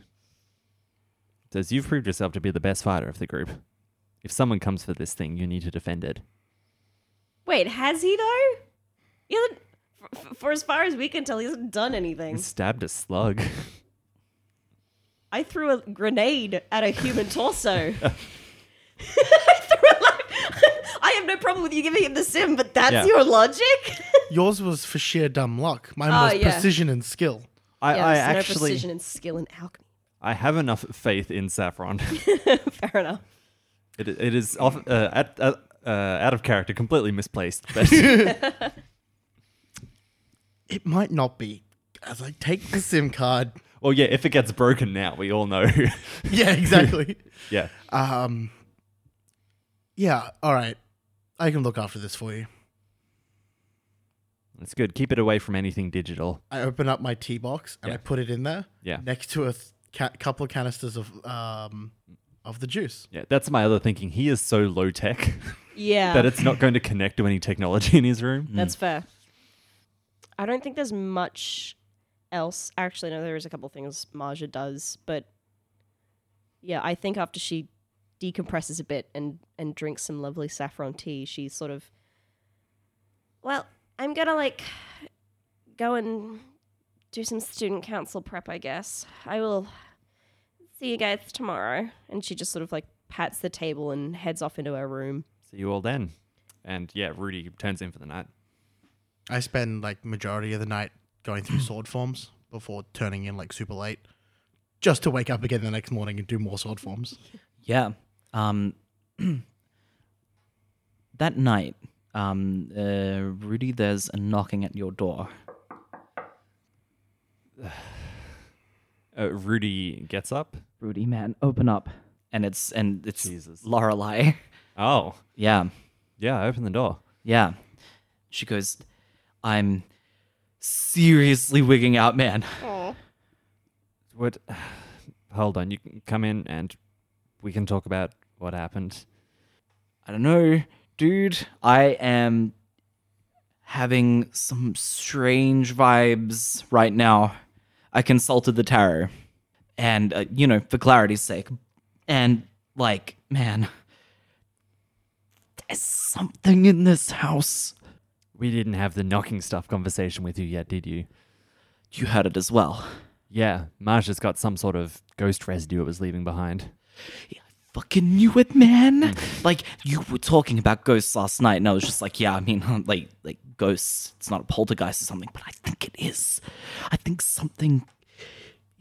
S2: Says, "You've proved yourself to be the best fighter of the group. If someone comes for this thing, you need to defend it."
S5: Wait, has he though? He hasn't. For, for as far as we can tell, he hasn't done
S2: He
S5: anything.
S2: stabbed a slug.
S5: I threw a grenade at a human torso. I threw a lot- I have no problem with you giving him the sim, but that's
S2: Yeah.
S5: your logic.
S1: Yours was for sheer dumb luck. Mine
S5: Oh,
S1: was
S5: yeah.
S1: precision and skill.
S2: I,
S5: yeah,
S2: I
S5: there's no
S2: actually
S5: precision and skill in alchemy.
S2: I have enough faith in Saffron.
S5: Fair enough.
S2: It, it is off, uh, at, uh, uh, out of character, completely misplaced. But
S1: It might not be. As I take the SIM card.
S2: well, yeah, if it gets broken now, we all know.
S1: Yeah, exactly.
S2: yeah,
S1: um. Yeah. All right. I can look after this for you.
S2: that's good. Keep it away from anything digital.
S1: I open up my tea box and
S2: Yeah.
S1: I put it in there.
S2: Yeah.
S1: Next to a th- ca- couple of canisters of um, of the juice.
S2: Yeah, that's my other thinking. He is so low tech
S5: Yeah.
S2: that it's not going to connect to any technology in his room.
S5: That's fair. I don't think there's much else. Actually, no, there is a couple things Marja does, but yeah, I think after she decompresses a bit and and drinks some lovely saffron tea, she sort of well, I'm gonna like go and do some student council prep, I guess. I will see you guys tomorrow. And she just sort of like pats the table and heads off into her room.
S2: See you all then. And yeah, Rudy turns in for the night.
S1: I spend like majority of the night going through sword forms before turning in like super late, just to wake up again the next morning and do more sword forms.
S3: Yeah. Um, that night, um, uh, Rudy, there's a knocking at your door.
S2: Uh, Rudy gets up.
S3: Rudy, man, open up. And it's and it's
S2: Jesus.
S3: Lorelai.
S2: Oh,
S3: yeah,
S2: yeah, open the door.
S3: yeah. She goes, I'm seriously wigging out, man.
S2: What? Hold on. You can come in and we can talk about what happened.
S3: I don't know, dude. I am having some strange vibes right now. I consulted the tarot, and uh, you know, for clarity's sake, and like, man, there's something in this house.
S2: We didn't have the knocking stuff conversation with you yet, did you?
S3: You heard it as well.
S2: Yeah, Marja's got some sort of ghost residue it was leaving behind.
S3: Fucking knew it, man. like you were talking about ghosts last night, and I was just like, yeah, I mean, like, like ghosts. It's not a poltergeist or something, but I think it is. I think something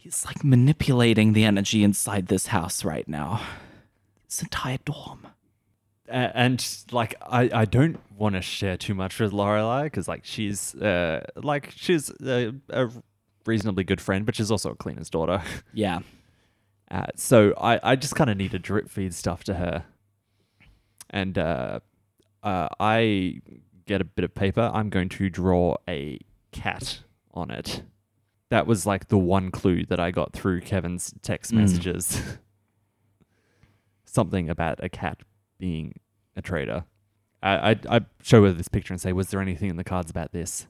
S3: is like manipulating the energy inside this house right now. This entire dorm.
S2: A- and like I, I don't want to share too much with Lorelai because like she's uh like she's a, a reasonably good friend, but she's also a cleaner's daughter.
S3: Yeah.
S2: Uh, so I, I just kind of need to drip feed stuff to her, and uh, uh, I get a bit of paper. I'm going to draw a cat on it. That was like the one clue that I got through Kevin's text messages. Something about a cat being a traitor. I, I I show her this picture and say, "Was there anything in the cards about this?"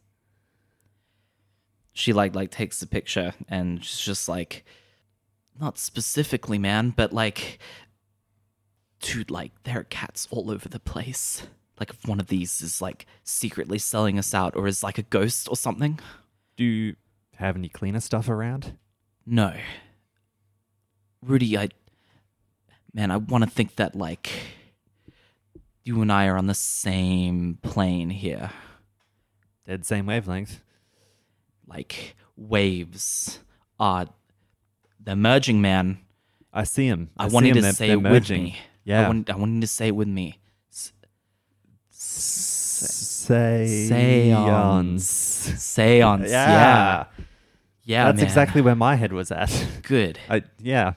S3: she like like takes the picture and she's just like not specifically man but like dude like there are cats all over the place like if one of these is like secretly selling us out or is like a ghost or something
S2: Do you have any cleaner stuff around?
S3: no rudy i man i want to think that like you and i are on the same plane here
S2: Dead same wavelength.
S3: like waves are they're merging man
S2: I see him.
S3: I
S2: see
S3: wanted
S2: 'em.
S3: to
S2: They're-
S3: say
S2: they're
S3: it with
S2: merging.
S3: me.
S2: Yeah.
S3: I wanted, I wanted to say it with me. S-
S2: Seance.
S3: Seance. Yeah.
S2: Yeah.
S3: Yeah.
S2: That's
S3: man.
S2: exactly where my head was at.
S3: good.
S2: I yeah.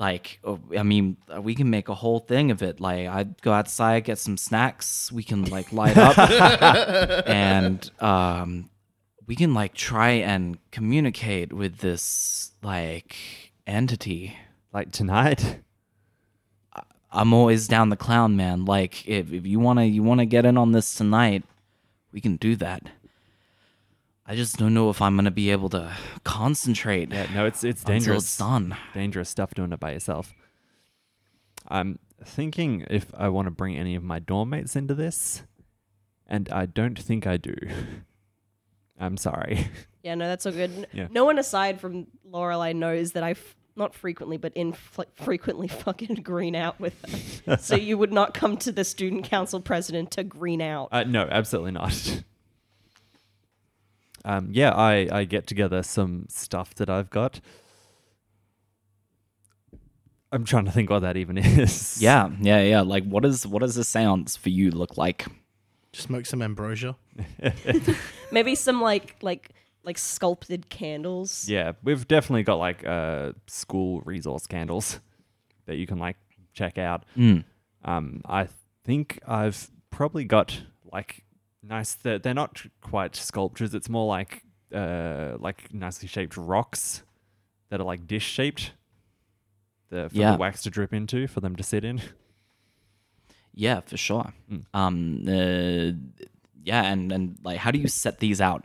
S3: Like, oh, I mean, uh, we can make a whole thing of it. Like, I'd go outside, get some snacks. We can, like, light up. and um, we can, like, try and communicate with this, like, entity.
S2: Like tonight.
S3: I'm always down the clown, man. Like if, if you wanna you wanna get in on this tonight, we can do that. I just don't know if I'm gonna be able to concentrate
S2: Yeah, no, it's it's
S3: until
S2: dangerous.
S3: it's done.
S2: dangerous stuff doing it by yourself. I'm thinking if I want to bring any of my dorm mates into this, and I don't think I do. I'm sorry.
S5: Yeah, no, that's all good. N-
S2: Yeah.
S5: No one aside from Lorelai knows that I, f- not frequently, but infl- frequently fucking green out with her. so you would not come to the student council president to green out.
S2: Uh, no, absolutely not. Um, yeah, I, I get together some stuff that I've got. I'm trying to think what that even is.
S3: Yeah, yeah, yeah. Like what is what does the seance for you look like?
S1: Just smoke some ambrosia.
S5: Maybe some like like like sculpted candles.
S2: Yeah, we've definitely got like uh, school resource candles that you can like check out.
S3: Mm.
S2: Um, I think I've probably got like nice. They're, they're not quite sculptures. It's more like uh, like nicely shaped rocks that are like dish shaped the, for
S3: Yeah.
S2: the wax to drip into for them to sit in.
S3: Yeah, for sure.
S2: Mm.
S3: Um, uh, yeah, and and like, how do you set these out?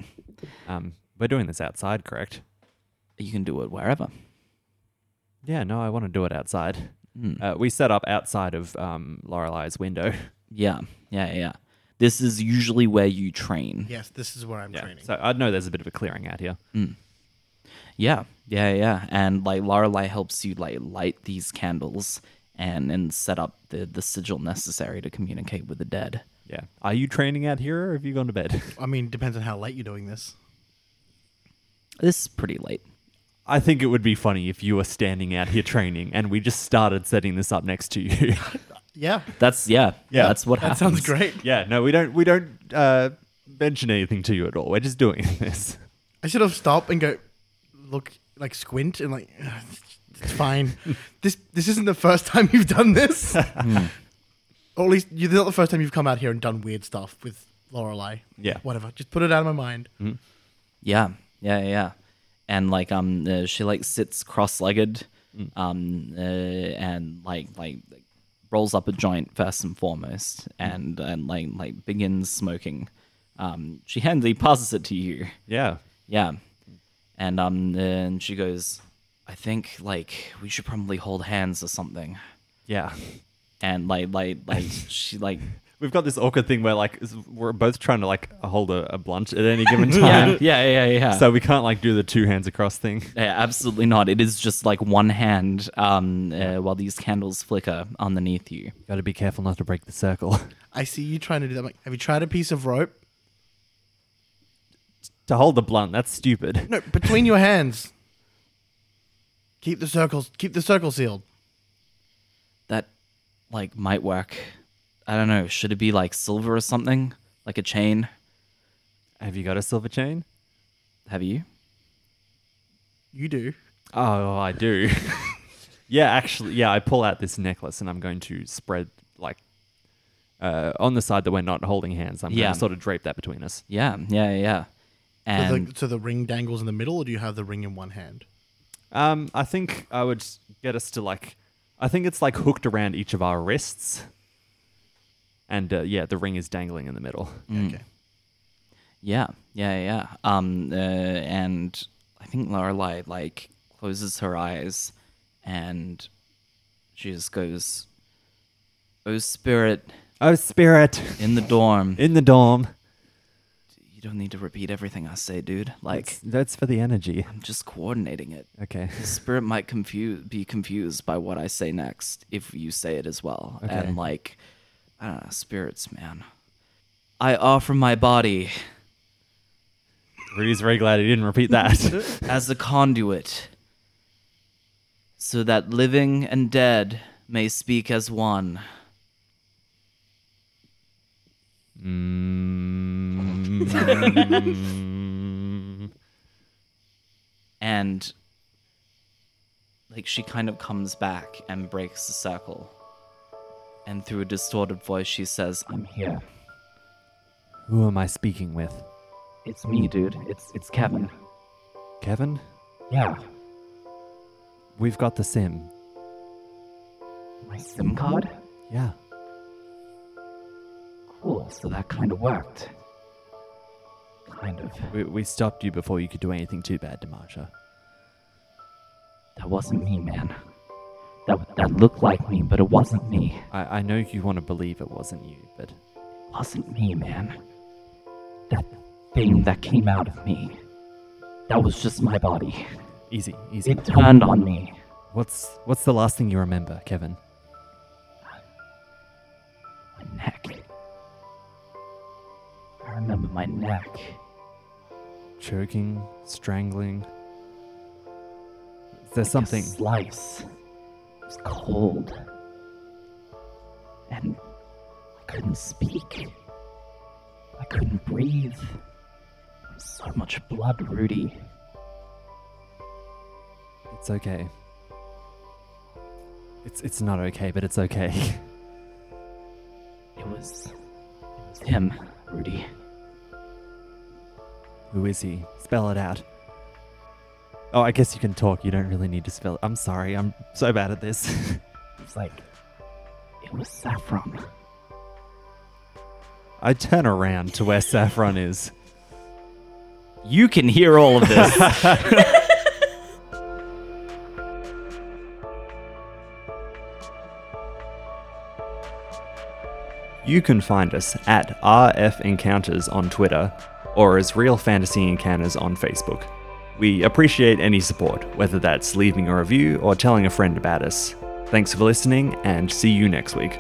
S2: Um, we're doing this outside, correct?
S3: You can do it wherever.
S2: Yeah, no, I want to do it outside.
S3: Mm.
S2: Uh, we set up outside of um, Lorelei's window.
S3: Yeah, yeah, yeah. This is usually where you train.
S1: Yes, this is where I'm training.
S2: So I know there's a bit of a clearing out here.
S3: Yeah, yeah, yeah. And like Lorelei helps you like light these candles and and set up the the sigil necessary to communicate with the dead.
S2: Yeah. Are you training out here or have you gone to bed?
S1: I mean, depends on how late you're doing this.
S3: This is pretty late.
S2: I think it would be funny if you were standing out here training and we just started setting this up next to you.
S1: Yeah,
S3: That's yeah,
S2: Yeah,
S3: That's what
S1: that
S3: happens.
S1: sounds great.
S2: yeah, no, we don't we don't uh, mention anything to you at all. We're just doing this.
S1: I should have stopped and go look like squint and like it's fine. this this isn't the first time you've done this. or at least you're not the first time you've come out here and done weird stuff with Lorelei.
S2: Yeah.
S1: Whatever. Just put it out of my mind.
S3: Yeah, yeah, yeah. And like um, uh, she like sits cross-legged,
S1: Mm.
S3: um, uh, and like like like, rolls up a joint first and foremost,
S1: Mm.
S3: and and like like begins smoking. Um, she handily passes it to you.
S2: Yeah.
S3: Yeah, and um, and she goes, I think like we should probably hold hands or something.
S2: Yeah.
S3: And like like like she like
S2: We've got this awkward thing where like is- we're both trying to like hold a, a blunt at any given
S3: yeah
S2: time.
S3: yeah yeah yeah.
S2: So we can't like do the two hands across thing.
S3: Yeah, absolutely not. It is just like one hand um, uh, while these candles flicker underneath you.
S2: Got to be careful not to break the circle.
S1: I see you trying to do that. I'm like, have you tried a piece of rope?
S2: to hold the blunt, that's stupid.
S1: No, between your hands. Keep the circles. Keep the circle sealed.
S3: That like might work. I don't know. Should it be like silver or something? Like a chain?
S2: Have you got a silver chain?
S3: Have you?
S1: You do.
S2: Oh, I do. yeah, actually, yeah, I pull out this necklace and I'm going to spread like uh, on the side that we're not holding hands. I'm
S3: Yeah.
S2: going to sort of drape that between us.
S3: Yeah, yeah, yeah.
S1: So
S3: And
S1: the, so the ring dangles in the middle, or do you have the ring in one hand?
S2: Um, I think I would get us to like, I think it's like hooked around each of our wrists, and uh, yeah, the ring is dangling in the middle.
S1: Okay.
S3: yeah, yeah, yeah. Um, uh, and I think Lorelai like closes her eyes, and she just goes, "Oh spirit
S2: Oh, spirit
S3: in the dorm."
S2: in the dorm.
S3: you don't need to repeat everything I say, dude. Like
S2: That's, that's for the energy.
S3: I'm just coordinating it.
S2: Okay.
S3: The spirit might confuse, be confused by what I say next if you say it as well.
S2: Okay.
S3: And like, I don't know, spirits, man. I offer my body
S2: Rudy's very glad he didn't repeat that.
S3: as a conduit, so that living and dead may speak as one.
S2: Mm.
S3: and like she kind of comes back and breaks the circle. And through a distorted voice, she says, "I'm here.
S2: Who am I speaking with?
S3: It's me, dude. It's it's Kevin.
S2: Kevin?
S3: Yeah,
S2: We've got the sim.
S3: my SIM card.
S2: Yeah.
S3: Cool. So that kind of worked. Kind of.
S2: We, we stopped you before you could do anything too bad to Marsha.
S3: That wasn't me, man. That that looked like me, but it wasn't me.
S2: I, I know you want to believe it wasn't you, but
S3: wasn't me, man. That thing that came out of me. That was just my body.
S2: easy, easy.
S3: It turned on me.
S2: What's what's the last thing you remember, Kevin?
S3: My neck. I remember my neck.
S2: Choking, strangling. Is there
S3: Like a
S2: something?
S3: slice. It was cold. And I couldn't speak. I couldn't breathe. So much blood, Rudy.
S2: It's okay. It's it's not okay, but it's okay.
S3: It was. It was him, Rudy.
S2: Who is he? Spell it out. Oh, I guess you can talk. You don't really need to spell. I'm sorry. I'm so bad at this.
S3: It's like, it was saffron.
S2: I turn around to where Saffron is.
S3: You can hear all of this.
S2: You can find us at RF Encounters on Twitter or as Real Fantasy Encounters on Facebook. We appreciate any support, whether that's leaving a review or telling a friend about us. Thanks for listening and see you next week.